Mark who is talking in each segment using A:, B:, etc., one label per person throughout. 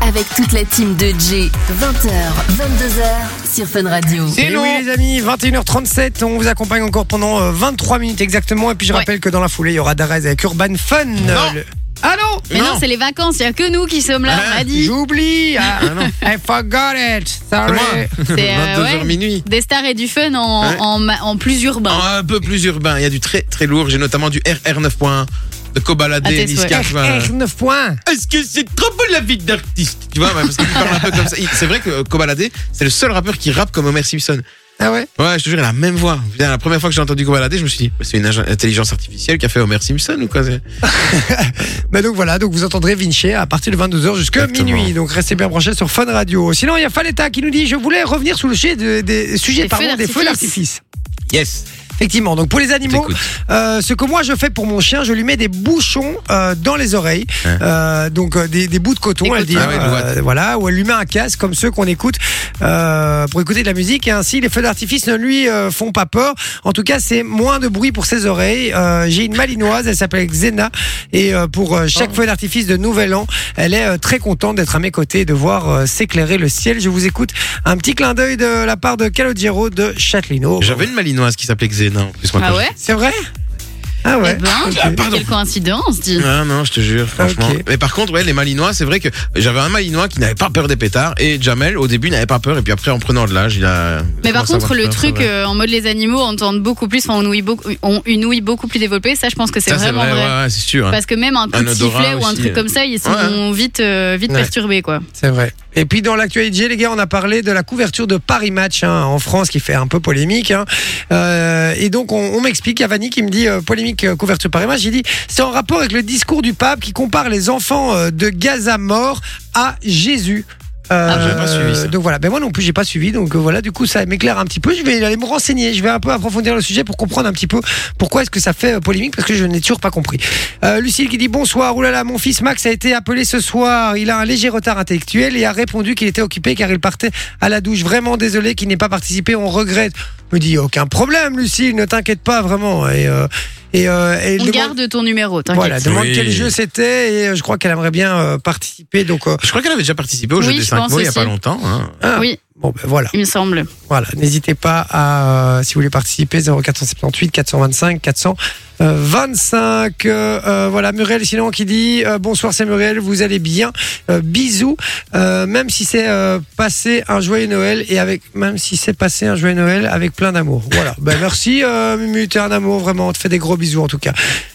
A: avec toute la team de J. 20h, 22h sur Fun Radio.
B: C'est
C: Eh
B: nous.
C: oui les amis, 21h37, on vous accompagne encore pendant euh, 23 minutes exactement. Et puis je
D: Ouais.
C: rappelle que dans la foulée, il y aura Darez avec Urban Fun.
B: Non.
C: le- Ah non
D: Mais non,
B: Non.
D: c'est les vacances, il n'y a que nous qui sommes là, on
B: Ah,
D: m'a dit.
C: J'oublie ah,
B: Ah non,
C: I forgot it
B: c'est
C: Sorry
B: moi.
D: C'est, euh,
B: 22h
D: ouais.
B: minuit.
D: Des stars et du fun en,
B: Ouais.
D: en ma- en plus urbain.
B: Un peu plus urbain, il y a du très très lourd. J'ai notamment du RR 9.1, de Kobalade,
D: Ah, t'es souhait.
B: Niska.
C: R9 points
B: Est-ce que c'est trop beau la vie d'artiste Tu vois, ouais, parce qu'il parle un peu comme ça. Il- C'est vrai que euh, Kobalade, c'est le seul rappeur qui rappe comme Homer Simpson.
C: Ah ouais
B: Ouais, je te jure, il a la même voix. Putain, la première fois que j'ai entendu Kobalade, je me suis dit, c'est une ing- intelligence artificielle qui a fait Homer Simpson ou quoi c'est-
C: Bah donc voilà, donc vous entendrez Vinci à partir de 22h jusqu'à
B: Exactement.
C: minuit. Donc restez bien branchés sur Fun Radio. Sinon, il y a Faleta qui nous dit Je voulais revenir sur le sujet de- des, sujets
D: Des
C: pardon,
D: feux
C: des feux
D: d'artifice.
C: d'artifice.
B: Yes,
C: Effectivement, donc pour les animaux,
B: t'écoute.
C: euh, ce que moi je fais pour mon chien, je lui mets des bouchons euh, dans les oreilles,
B: Hein.
C: Euh, donc euh, des, des bouts de coton,
D: Des
C: elle dit,
B: cotons. Ah ouais,
C: euh, voilà, ou elle lui met un casque comme ceux qu'on écoute euh, pour écouter de la musique, et ainsi les feux d'artifice ne lui euh, font pas peur. En tout cas, c'est moins de bruit pour ses oreilles. Euh, J'ai une malinoise, elle s'appelle Xena, et euh, pour euh, chaque feu d'artifice de Nouvel An, elle est euh, très contente d'être à mes côtés et de voir euh, s'éclairer le ciel. Je vous écoute un petit clin d'œil de la part de Calogero de Châtelineau.
B: J'avais une malinoise qui s'appelait Xena en plus. moi,
D: Ah
B: quand
D: ouais
C: C'est vrai Ah ouais.
D: Eh ben,
C: Ok.
D: quelle coïncidence, dis.
B: Ah non, je te jure, franchement.
C: Ok.
B: Mais par contre, ouais, les Malinois, c'est vrai que j'avais un Malinois qui n'avait pas peur des pétards et Jamel, au début, n'avait pas peur et puis après, en prenant de l'âge, il a.
D: Mais par
B: commencé à avoir
D: contre, le
B: peur,
D: truc
B: ça, ouais.
D: euh, en mode les animaux entendent beaucoup plus, enfin, ont, une ouïe beaucoup- ont une ouïe beaucoup plus développée, ça je pense que c'est
B: Ça, c'est
D: vraiment
B: vrai,
D: vrai.
B: ouais, ouais, c'est sûr. hein.
D: Parce que même un coup
B: Un
D: de
B: odorat
D: sifflet ou un
B: aussi,
D: truc
B: euh.
D: comme ça, ils sont
B: Ouais.
D: vite, euh, vite
C: Ouais.
D: perturbés quoi.
C: C'est vrai. Et puis dans l'actualité, les gars, on a parlé de la couverture de Paris Match hein, en France qui fait un peu polémique. hein. Euh, et donc on, on m'explique, il y a Vanny qui me dit euh, polémique euh, couverture Paris Match. J'ai dit c'est en rapport avec le discours du pape qui compare les enfants euh, de Gaza morts à Jésus. Euh,
B: Ah, j'avais pas suivi ça.
C: Donc voilà, ben moi non plus j'ai pas suivi, donc euh, voilà, du coup ça m'éclaire un petit peu. Je vais aller me renseigner, je vais un peu approfondir le sujet pour comprendre un petit peu pourquoi est-ce que ça fait euh, polémique parce que je n'ai toujours pas compris. Euh, Lucille qui dit bonsoir, oulala, mon fils Max a été appelé ce soir, il a un léger retard intellectuel et a répondu qu'il était occupé car il partait à la douche. Vraiment désolé qu'il n'ait pas participé, on regrette. Je me dis aucun problème Lucille, ne t'inquiète pas vraiment. Et, euh, et, euh, et
D: On
C: demande-
D: garde ton numéro, t'inquiète.
C: Voilà, demande
B: Oui.
C: quel jeu c'était et euh, je crois qu'elle aimerait bien euh, participer. Donc euh,
B: Je crois qu'elle avait déjà participé au
D: Oui,
B: jeu des
D: je
B: 5
D: pense
B: mots il y a pas
D: aussi.
B: longtemps. hein.
C: ah,
D: Oui,
C: bon ben voilà.
D: il me semble.
C: Voilà, n'hésitez pas à, euh, si vous voulez participer, 0478 425 425. Euh, euh, voilà, Muriel sinon qui dit euh, Bonsoir, c'est Muriel, vous allez bien. Euh, bisous, Euh, même si c'est euh, passé un joyeux Noël et avec, même si c'est passé un joyeux Noël avec plein d'amour. Voilà, ben merci euh, Mumu, t'es un amour vraiment, on te fait des gros bisous en tout cas.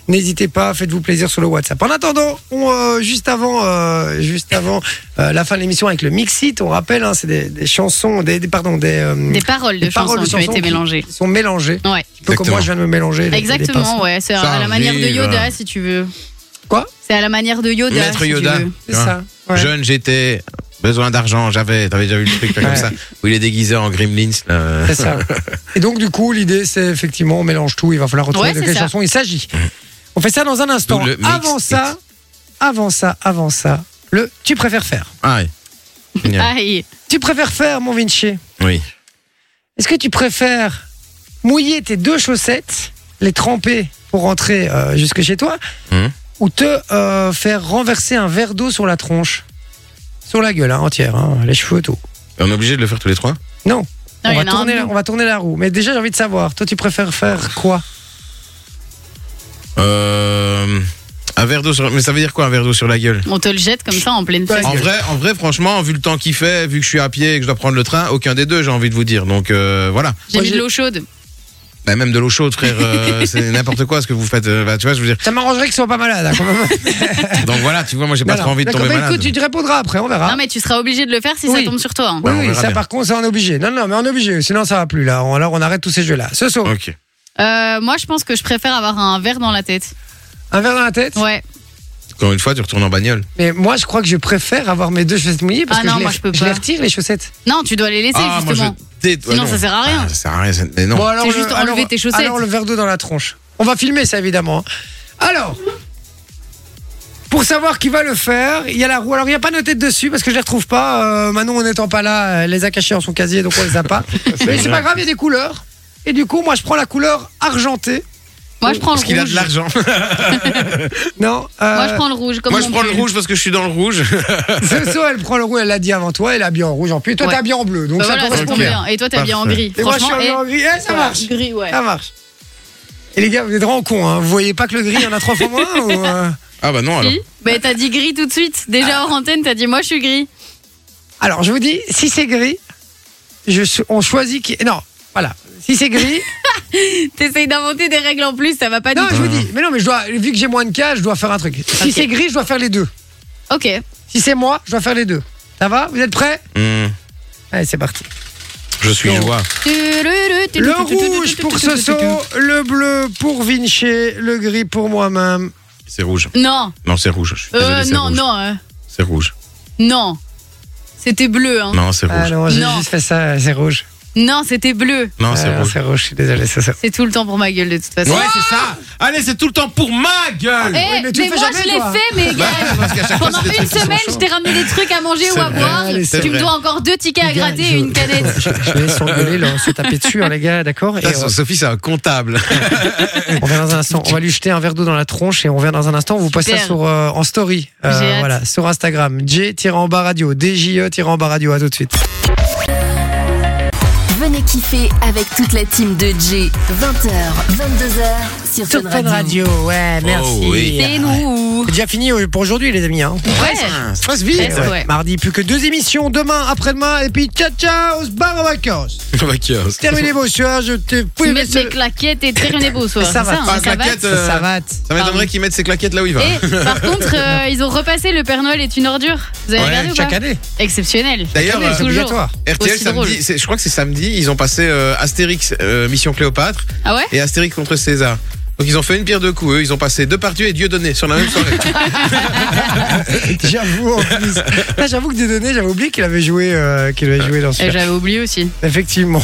C: N'hésitez pas, faites-vous plaisir sur le WhatsApp. En attendant, on, euh, juste avant, euh, juste avant euh, la fin de l'émission avec le Mixit, on rappelle, hein, c'est des, des chansons, des, des- pardon, des, euh,
D: Des paroles de
C: les
D: chansons
C: paroles de
D: qui ont été
C: chansons qui- Eh ben,
D: mélangées.
C: qui sont mélangées.
D: Ouais.
C: Un peu comme
B: Exactement.
C: moi, je viens de me mélanger. les- les pinceaux.
D: Exactement, ouais. C'est
B: Ça
D: à la manière de
B: arrive,
D: Yoda,
B: hein.
D: si tu veux.
C: Quoi
D: C'est à la manière de Yoda.
B: Maître
D: si tu
B: Yoda.
D: veux.
C: C'est ça. ouais.
B: Jeune, j'étais. Besoin d'argent, j'avais. T'avais déjà vu le truc là, comme
C: Ouais.
B: ça où il est déguisé en Gremlins. là.
C: C'est ça. Et donc, du coup, l'idée, c'est effectivement, on mélange tout. Il va falloir retrouver
D: Ouais,
C: de
D: c'est
C: quelle
D: ça.
C: chanson il s'agit. On fait ça dans un instant.
B: D'où le mix
C: Avant ça, avant ça, avant ça, le tu préfères faire.
B: Ah ouais. Génial.
D: Aïe.
C: Tu préfères faire, mon Vinci
B: Oui.
C: Est-ce que tu préfères mouiller tes deux chaussettes, les tremper pour rentrer euh, jusque chez toi,
B: Mhm.
C: ou te euh, faire renverser un verre d'eau sur la tronche Sur la gueule, hein, entière, hein, les cheveux, tout.
B: On est obligé de le faire tous les trois
C: Non. on,
D: Non, il y
C: va
D: en a
C: tourner
D: un
C: la,
D: bout.
C: on va tourner la roue. Mais déjà, j'ai envie de savoir, toi, tu préfères faire quoi
B: Euh, Un verre d'eau sur. Mais ça veut dire quoi un verre d'eau sur la gueule
D: On te le jette comme ça en pleine
C: Ouais.
D: face.
B: En vrai, en vrai, franchement, vu le temps qu'il fait, vu que je suis à pied et que je dois prendre le train, aucun des deux, j'ai envie de vous dire. Donc euh, voilà.
D: J'ai
C: Moi,
D: mis de
C: j'ai-
D: l'eau chaude.
B: Bah, même de l'eau chaude, frère, euh, c'est n'importe quoi ce que vous faites. euh, bah, tu vois, je veux dire.
C: Ça m'arrangerait qu'ils soient pas malades. hein, quand même.
B: Donc voilà, tu vois, moi j'ai pas
C: Non,
B: trop
C: non.
B: envie de
C: D'accord,
B: tomber
D: Bah,
C: mais
B: malade.
C: écoute, tu te répondras après, on verra.
D: Non, mais tu seras obligé de le faire si
C: Ah. Oui.
D: ça tombe sur toi. hein.
B: Ouais, on
C: oui, oui,
B: verra
C: ça
B: bien.
C: par contre, ça on est obligé. Non, non, mais on est obligé, sinon ça va plus là. On- Alors on arrête tous ces jeux-là. Ce sont
B: Ok.
D: Euh, moi, je pense que je préfère avoir un verre dans la tête.
C: un verre dans la tête.
D: Ouais.
B: Encore une fois, tu retournes en bagnole.
C: Mais moi, je crois que je préfère avoir mes deux chaussettes mouillées parce
D: Ah
C: que
D: non,
C: je, les,
D: moi, je peux pas.
C: les retire les chaussettes.
D: Non, tu dois les laisser
B: ah, moi
D: justement.
B: je déteste.
D: Sinon, ça sert à rien.
B: Ah, ça sert à rien. c'est- Mais non.
C: Bon, alors,
D: C'est
C: le-
D: juste enlever
C: alors-
D: tes chaussettes.
C: Alors le verre d'eau dans la tronche. On va filmer ça évidemment. hein. Alors. Pour savoir qui va le faire, il y a la roue. Alors, il n'y a pas noté de dessus parce que je ne les retrouve pas. Euh, Manon, en n'étant pas là, elle les a cachés en son casier, donc on les a pas. Mais c'est pas grave, il y a des couleurs. Et du coup, moi, je prends la couleur argentée.
D: Moi, je prends le
B: Parce qu'il a de
D: rouge.
B: l'argent.
C: Non. euh,
D: Moi, je prends le rouge. Comme
B: Moi, je
D: mon
B: prends le
D: pull.
B: rouge parce que je suis dans le rouge.
C: Soso, elle prend le rouge, elle l'a dit avant toi, elle a bien en rouge en plus. Toi,
D: Ouais.
C: t'as bien en bleu, donc
D: Bah
C: ça
D: voilà, ça
C: correspond
D: tombe
C: bien.
D: bien. Et toi, t'as bien en
B: Parfait.
D: gris.
C: Et moi, je suis
D: Franchement, eh,
C: en gris. Eh, ça
D: voilà,
C: marche.
D: Gris, ouais.
C: Ça marche. Et les gars, vous êtes vraiment cons, hein. Vous voyez pas que le gris, il y en a trois fois moins ou, euh,
B: Ah bah non alors.
D: Si Bah, t'as dit gris tout de suite. Déjà, hors antenne, t'as dit moi, je suis gris.
C: Alors, je vous dis, si c'est gris, je, cho- on choisit qui. Non, voilà. Si c'est gris.
D: T'essayes d'inventer des règles en plus, ça va pas du
C: non, je
D: tout.
C: vous dis. Mais non, mais je dois, vu que j'ai moins de cas, je dois faire un truc. Si
D: Bah. Ok.
C: c'est gris, je dois faire les deux.
D: Ok.
C: Si c'est moi, je dois faire les deux. Ça va Vous êtes prêts
B: Hmm,
C: Allez, c'est parti.
B: je suis
C: Non.
B: joie.
C: Le rouge pour Soso, le bleu pour Vinci, le gris pour moi-même.
B: C'est rouge.
D: Non,
B: Non, c'est rouge. Je suis
D: euh,
B: désolé, c'est
D: non,
B: rouge.
D: non, euh,
B: C'est rouge.
D: non. C'était bleu, hein.
B: Non, c'est
C: Ah
B: rouge.
C: non, j'ai
D: Non.
C: juste fait ça, c'est rouge.
D: Non, c'était bleu.
B: Non, c'est
C: Ah,
B: rouge.
C: C'est rouge, je suis désolé, c'est ça.
D: C'est tout le temps pour ma gueule de toute façon.
B: Ouais, c'est ça. Allez, c'est tout le temps pour ma gueule.
C: Oui,
D: Eh,
C: mais
D: mais,
C: tu le fais
D: moi
C: jamais,
D: je l'ai
C: toi.
D: fait, mais gars,
B: Bah, Parce qu'à chaque fois, c'est
D: pendant
B: des
D: une
B: trucs qui sont
D: semaine,
B: chauds.
D: je t'ai ramené des trucs à manger ou
B: C'est
D: à
B: vrai,
D: boire.
C: c'est
D: Tu me
B: vrai.
D: dois encore deux tickets à
C: Les gars,
D: gratter
C: je-
D: et une canette.
C: Je, je vais s'engueuler, là, on se taper dessus, hein, les gars, d'accord Et
B: Ça, so-
C: on,
B: Sophie, c'est un comptable.
C: on revient dans un instant. On va lui jeter un verre d'eau dans la tronche et on revient dans un instant. On vous passe ça
D: Super.
C: sur, euh, en story. Euh,
D: J'ai hâte.
C: voilà, sur Instagram. J-en-bas radio. DJ-en-bas radio. À tout de suite.
A: Venez kiffer avec toute la team de J. 20h, 22h sur Fun Radio.
C: Ouais,
B: merci. oui.
D: C'est nous.
C: C'est déjà fini euh, pour aujourd'hui, les amis. hein.
D: Ouais.
C: Ça passe vite.
D: Presque, ouais.
C: Mardi, plus que deux émissions. Demain, après-demain. Et puis, ciao, ciao, on se barre en vacances.
B: Vacances.
C: Terminé vos soirs. Je te fous
D: Mettre mes claquettes et terminer beau soir.
C: Ça va.
D: hein,
B: Ah,
D: ça va.
B: claquettes, euh,
C: Ça va.
B: Ça m'étonnerait qu'il mette ses claquettes là où il va.
D: Et par contre, euh, ils ont repassé Le Père Noël est une ordure. Vous avez
B: Ouais,
D: regardé ou
C: Chaque
D: pas
C: année.
D: Exceptionnel.
B: D'ailleurs,
D: Chaque année,
B: euh,
C: C'est
D: toujours.
C: obligatoire.
B: RTL
D: Aussi drôle.
B: samedi, c'est- je crois que c'est samedi, ils ont passé euh, Astérix euh, Mission Cléopâtre
D: Ah ouais
B: et Astérix contre César. Donc ils ont fait une pierre deux coups, eux, ils ont passé deux parties et Dieu donné sur la même soirée.
C: J'avoue en plus. Là, j'avoue que Dédonné, j'avais oublié qu'il avait joué, euh, qu'il avait joué dans ce
D: Et
C: film.
D: J'avais oublié aussi.
C: Effectivement.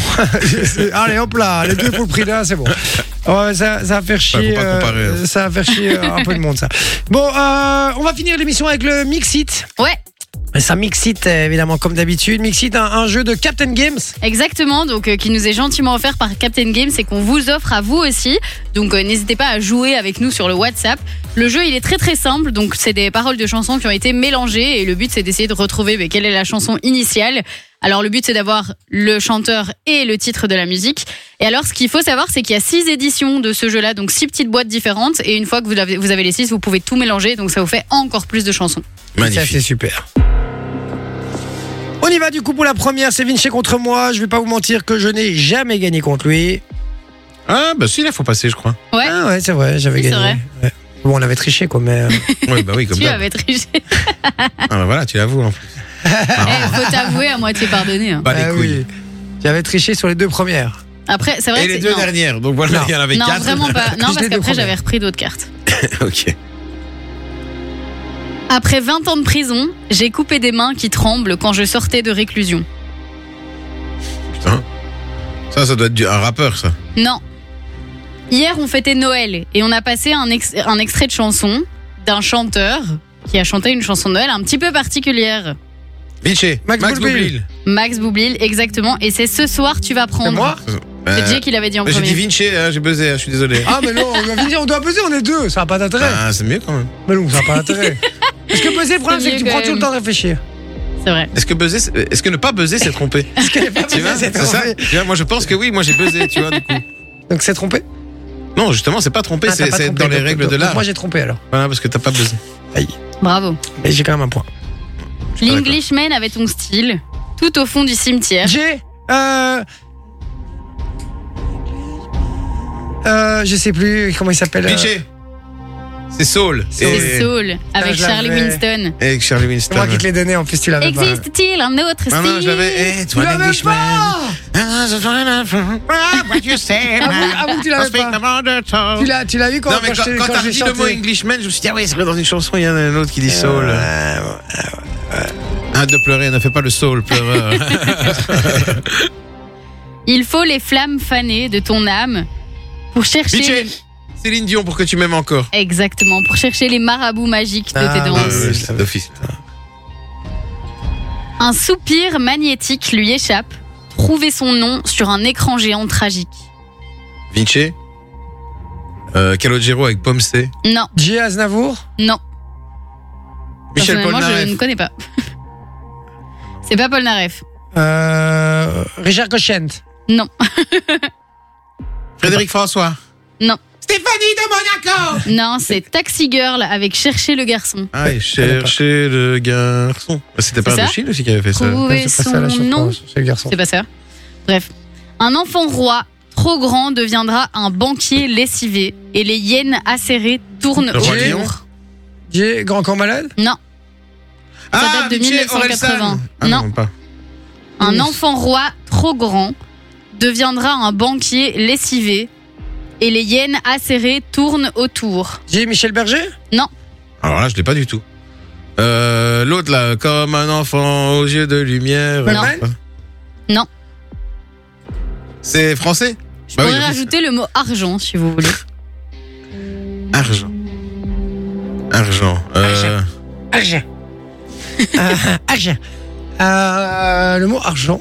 C: Allez, hop là, les deux pour le prix d'un, c'est bon. Ouais, ça, ça va faire chier.
B: faut pas
C: euh,
B: comparer, hein.
C: ça va faire chier euh, un peu de monde, ça. Bon, euh, on va finir l'émission avec le Mixit.
D: Ouais,
C: Ça Mixit, évidemment, comme d'habitude. Mixit, un, un jeu de Captain Games.
D: exactement. Donc, euh, qui nous est gentiment offert par Captain Games et qu'on vous offre à vous aussi. Donc, euh, n'hésitez pas à jouer avec nous sur le WhatsApp. Le jeu, il est très très simple. Donc, c'est des paroles de chansons qui ont été mélangées et le but, c'est d'essayer de retrouver mais, quelle est la chanson initiale. Alors, le but, c'est d'avoir le chanteur et le titre de la musique. Et alors, ce qu'il faut savoir, c'est qu'il y a six éditions de ce jeu-là, donc six petites boîtes différentes. Et une fois que vous avez, vous avez les six, vous pouvez tout mélanger. Donc, ça vous fait encore plus de chansons.
C: Ça, c'est super. On y va du coup pour la première, c'est Vinci contre moi. Je vais pas vous mentir que je n'ai jamais gagné contre lui.
B: Ah bah si là faut passer je crois.
D: Ouais.
C: Ah ouais, c'est vrai, j'avais
D: Si, c'est
C: gagné.
D: vrai.
C: Ouais. Bon, on avait triché quoi, mais. euh,
B: Ouais bah oui comme
D: Tu
B: d'hab.
D: avais triché.
B: Ah bah voilà tu l'avoues. en plus.
D: Eh, faut t'avouer à moitié pardonné. hein.
B: Bah
C: ah
B: les
C: oui.
B: couilles.
C: J'avais triché sur les deux premières.
D: Après, c'est vrai
B: Et
D: que
B: les
D: c'est-
B: deux
D: non.
B: dernières donc voilà
C: Non.
B: il y en avait
D: Non,
B: quatre.
D: vraiment pas.
C: Je
D: Non,
C: les
D: parce
C: ai
D: qu'après,
C: deux
D: j'avais repris d'autres cartes.
B: ok.
D: Après 20 ans de prison, j'ai coupé des mains qui tremblent quand je sortais de réclusion.
B: Putain. Ça ça doit être du- un rappeur ça.
D: Non. Hier, on fêtait Noël et on a passé un, ex- un extrait de chanson d'un chanteur qui a chanté une chanson de Noël un petit peu particulière.
B: Vinci.
C: Max Boublil.
D: Max Boublil, exactement. Et c'est ce soir, tu vas prendre.
C: C'est moi Ben,
D: C'est Jay
B: Euh,
D: qui l'avait dit en
B: bah, J'ai dit
D: premier.
B: Vinci hein, j'ai buzzé hein, je suis désolé.
C: Ah mais non, on doit venir, on doit peser, on est deux, ça n'a pas d'intérêt.
B: Ah c'est mieux quand même.
C: Mais non, ça n'a pas d'intérêt. Parce que peser, le problème,
D: C'est
C: c'est que tu
D: mieux
C: prends
D: quand
C: tout le
D: même.
C: temps de réfléchir.
D: C'est vrai.
B: Est-ce que buzzer c'est- est-ce que ne pas buzzer c'est tromper Tu vois, c'est ça Tu vois, Moi je pense que oui moi j'ai buzzé tu vois du coup.
C: Donc c'est trompé
B: Non, justement, c'est pas trompé,
C: Ah, t'as
B: c'est
C: pas
B: c'est être
C: trompé,
B: dans les
C: donc-
B: règles
C: donc-
B: de
C: donc
B: l'art.
C: Moi j'ai trompé alors.
B: Voilà, parce que t'as pas buzzé.
D: Bravo.
C: Mais j'ai quand même un point.
B: suis pas
D: L'Englishman avait ton style, tout au fond du cimetière.
C: J'ai. Euh. Euh, je sais plus comment il s'appelle. euh,
B: Cliché C'est Saul.
D: C'est
B: Et,
D: Soul avec
C: je
D: Charlie
C: l'avais.
D: Winston.
B: et Charlie
C: C'est
B: Winston.
C: moi qui te l'ai donné en plus, tu l'avais pas.
D: Existe-t-il un autre
B: Ah non, je l'avais. Eh,
C: Tu
B: toi,
C: l'avais
B: l'Englishman.
C: pas
B: Ah, je vois la fin. Ah, what you say, man.
C: Ah vous, tu
B: I
C: l'avais
B: speak
C: pas.
B: the mother tongue.
C: Tu l'as, tu l'as vu quand,
B: Non, mais
C: quand,
B: quand,
C: je t'ai-
B: quand
C: quand
B: t'as
C: j'ai
B: dit le mot
C: chanté. Euh,
B: Englishman, je me suis dit, ah oui, c'est vrai, dans une chanson, il y en a un autre qui dit Saul. Arrête de pleurer, ne fais pas le Saul, pleureur.
D: Il faut les flammes fanées de ton âme pour chercher.
B: Michel, Céline Dion, pour que tu m'aimes encore.
D: Exactement, pour chercher les marabouts magiques de
C: Ah,
D: tes
C: ouais,
D: danses.
C: ouais.
B: c'est d'office.
D: Un soupir magnétique lui échappe. Trouver son nom sur un écran géant tragique.
B: Vinci Euh, Calogero avec Pomme C.
D: Non,
C: Jay Aznavour
D: non.
B: Michel
D: Personnellement, je ne
B: Polnareff.
D: connais pas. C'est pas Polnareff.
C: euh, Richard Cochent
D: Non,
B: Frédéric François.
D: Non.
B: Stéphanie de Monaco
D: non, c'est Taxi Girl avec Chercher le garçon.
B: Ah, et chercher le garçon. Bah, C'était pas
D: C'est
B: un de
D: ça
B: Chine aussi qui avait fait ça.
D: Trouvez
C: Ouais, c'est pas ça,
D: son
C: la chanson,
D: nom.
C: C'est le garçon.
D: C'est pas ça. Bref. Un enfant roi trop grand deviendra un banquier lessivé et les hyènes acérées tournent
B: Le roi
D: au
B: lion
D: jour.
C: Jay Grand Corps Malade
D: Non,
B: Ah,
D: date de
B: Michel Orelsan.
D: 1980.
B: Ah, non, pas.
D: un
C: Ouf.
D: enfant roi trop grand deviendra un banquier lessivé et les hyènes acérées tournent autour.
C: Jay Michel Berger
B: Alors là, je l'ai pas du tout. Euh, L'autre là, comme un enfant aux yeux de lumière.
D: Non. Non.
B: C'est français
D: Je
B: Bah oui,
D: pourrais
B: d'office.
D: rajouter le mot argent si vous voulez.
B: Argent. Argent. Euh,
C: Argent. Euh, argent. Euh, le mot argent.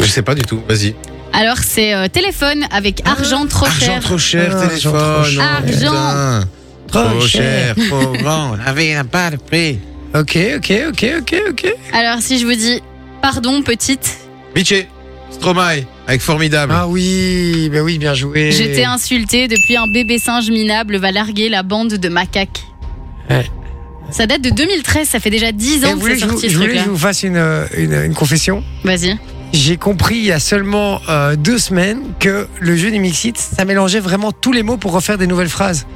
B: je sais pas du tout, vas-y.
D: Alors c'est euh, téléphone avec argent trop
B: Argent
D: cher.
B: trop cher,
C: Ah,
B: téléphone. oh,
C: argent trop
D: cher.
B: putain. Trop cher, trop grand. La vie n'a pas de prix.
C: Ok, ok, ok, ok, ok.
D: Alors si je vous dis pardon petite,
B: Miché, Stromae, avec Formidable.
C: Ah oui, ben oui, bien joué.
D: j'étais insultée depuis un bébé singe minable va larguer la bande de macaques.
C: Ouais.
D: Ça date de 2013, ça fait déjà 10
C: Et
D: ans
C: vous
D: que
C: voulez que
D: c'est
C: je vous-
D: sorti
C: je
D: ce
C: voulais que
D: truc-là.
C: je vous fasse une, euh, une, une confession.
D: Vas-y.
C: J'ai compris il y a seulement euh, deux semaines que le jeu des mixites, ça mélangeait vraiment tous les mots pour refaire des nouvelles phrases.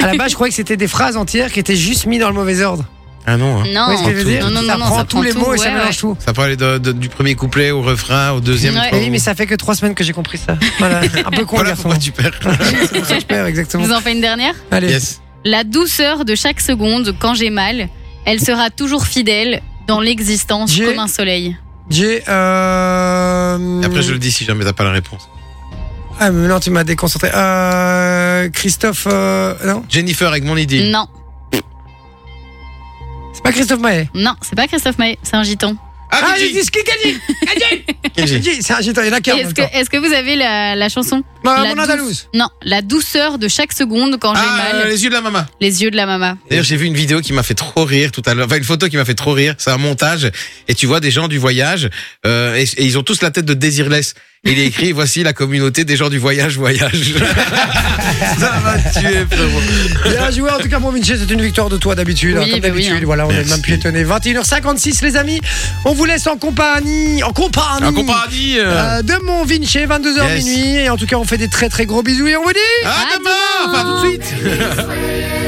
C: À la base, je croyais que c'était des phrases entières qui étaient juste mises dans le mauvais ordre.
B: Ah non, hein.
D: Non,
C: Vous voyez ce que je veux dire
D: Oh. non, non,
C: ça
D: non, non,
C: prend
D: ça
C: tous les
D: tout,
C: mots et ça
D: ouais,
C: mélange
D: ouais.
C: tout.
B: Ça parlait de- de- du premier couplet au refrain, au deuxième.
D: Ouais.
B: fois,
C: Oui,
B: au-
C: mais ça fait que trois semaines que j'ai compris ça. Voilà, un peu con, le
B: Voilà
C: garçon.
B: pourquoi tu perds.
C: C'est pour ça que je perds,
D: Je
C: exactement.
D: vous en fais une dernière
C: Allez.
B: yes.
D: La douceur de chaque seconde quand j'ai mal, elle sera toujours fidèle dans l'existence
C: J'ai-
D: comme un soleil.
C: J'ai. Euh...
B: Et Après, je le dis si jamais t'as pas la réponse.
C: Ah, mais non, tu m'as déconcentré. Euh... Christophe. euh, Non
B: Jennifer avec mon idylle.
D: Non,
C: C'est pas Christophe Maé.
D: non, c'est pas Christophe Maé, c'est un gitan.
C: Ah, j'ai
B: Kenji.
C: dit ce qu'il a dit.
B: Kenji.
C: J'ai- C'est un gitan, il y en a qu'un. en
D: Est-ce
C: même
D: que,
C: temps.
D: est-ce que vous avez la, la chanson
C: Bah,
D: la
C: Mon
D: douce-
C: Andalouse.
D: Non, la douceur de chaque seconde quand j'ai
B: Ah,
C: euh,
D: mal,
B: les yeux de la maman.
D: les yeux de la maman.
B: D'ailleurs, j'ai vu une vidéo qui m'a fait trop rire tout à l'heure. Enfin, une photo qui m'a fait trop rire. C'est un montage. Et tu vois des gens du voyage. euh, et, et ils ont tous la tête de Désirless. Et il est écrit, voici la communauté des gens du voyage, voyage. Ça m'a tué, frérot.
C: Bien joué, en tout cas, mon Vinci, c'est une victoire de toi d'habitude.
D: Oui,
C: hein, comme
D: bah oui,
C: d'habitude,
D: hein.
C: voilà, on est
B: Merci.
C: même plus étonné. 21h56, les amis. On vous laisse en compagnie. En compagnie.
B: Un compagnie. euh,
C: euh, de mon Vinci, 22h
B: Yes.
C: minuit. Et en tout cas, on fait des très très gros bisous et on vous dit.
B: à demain. Enfin, tout de suite.
A: Free.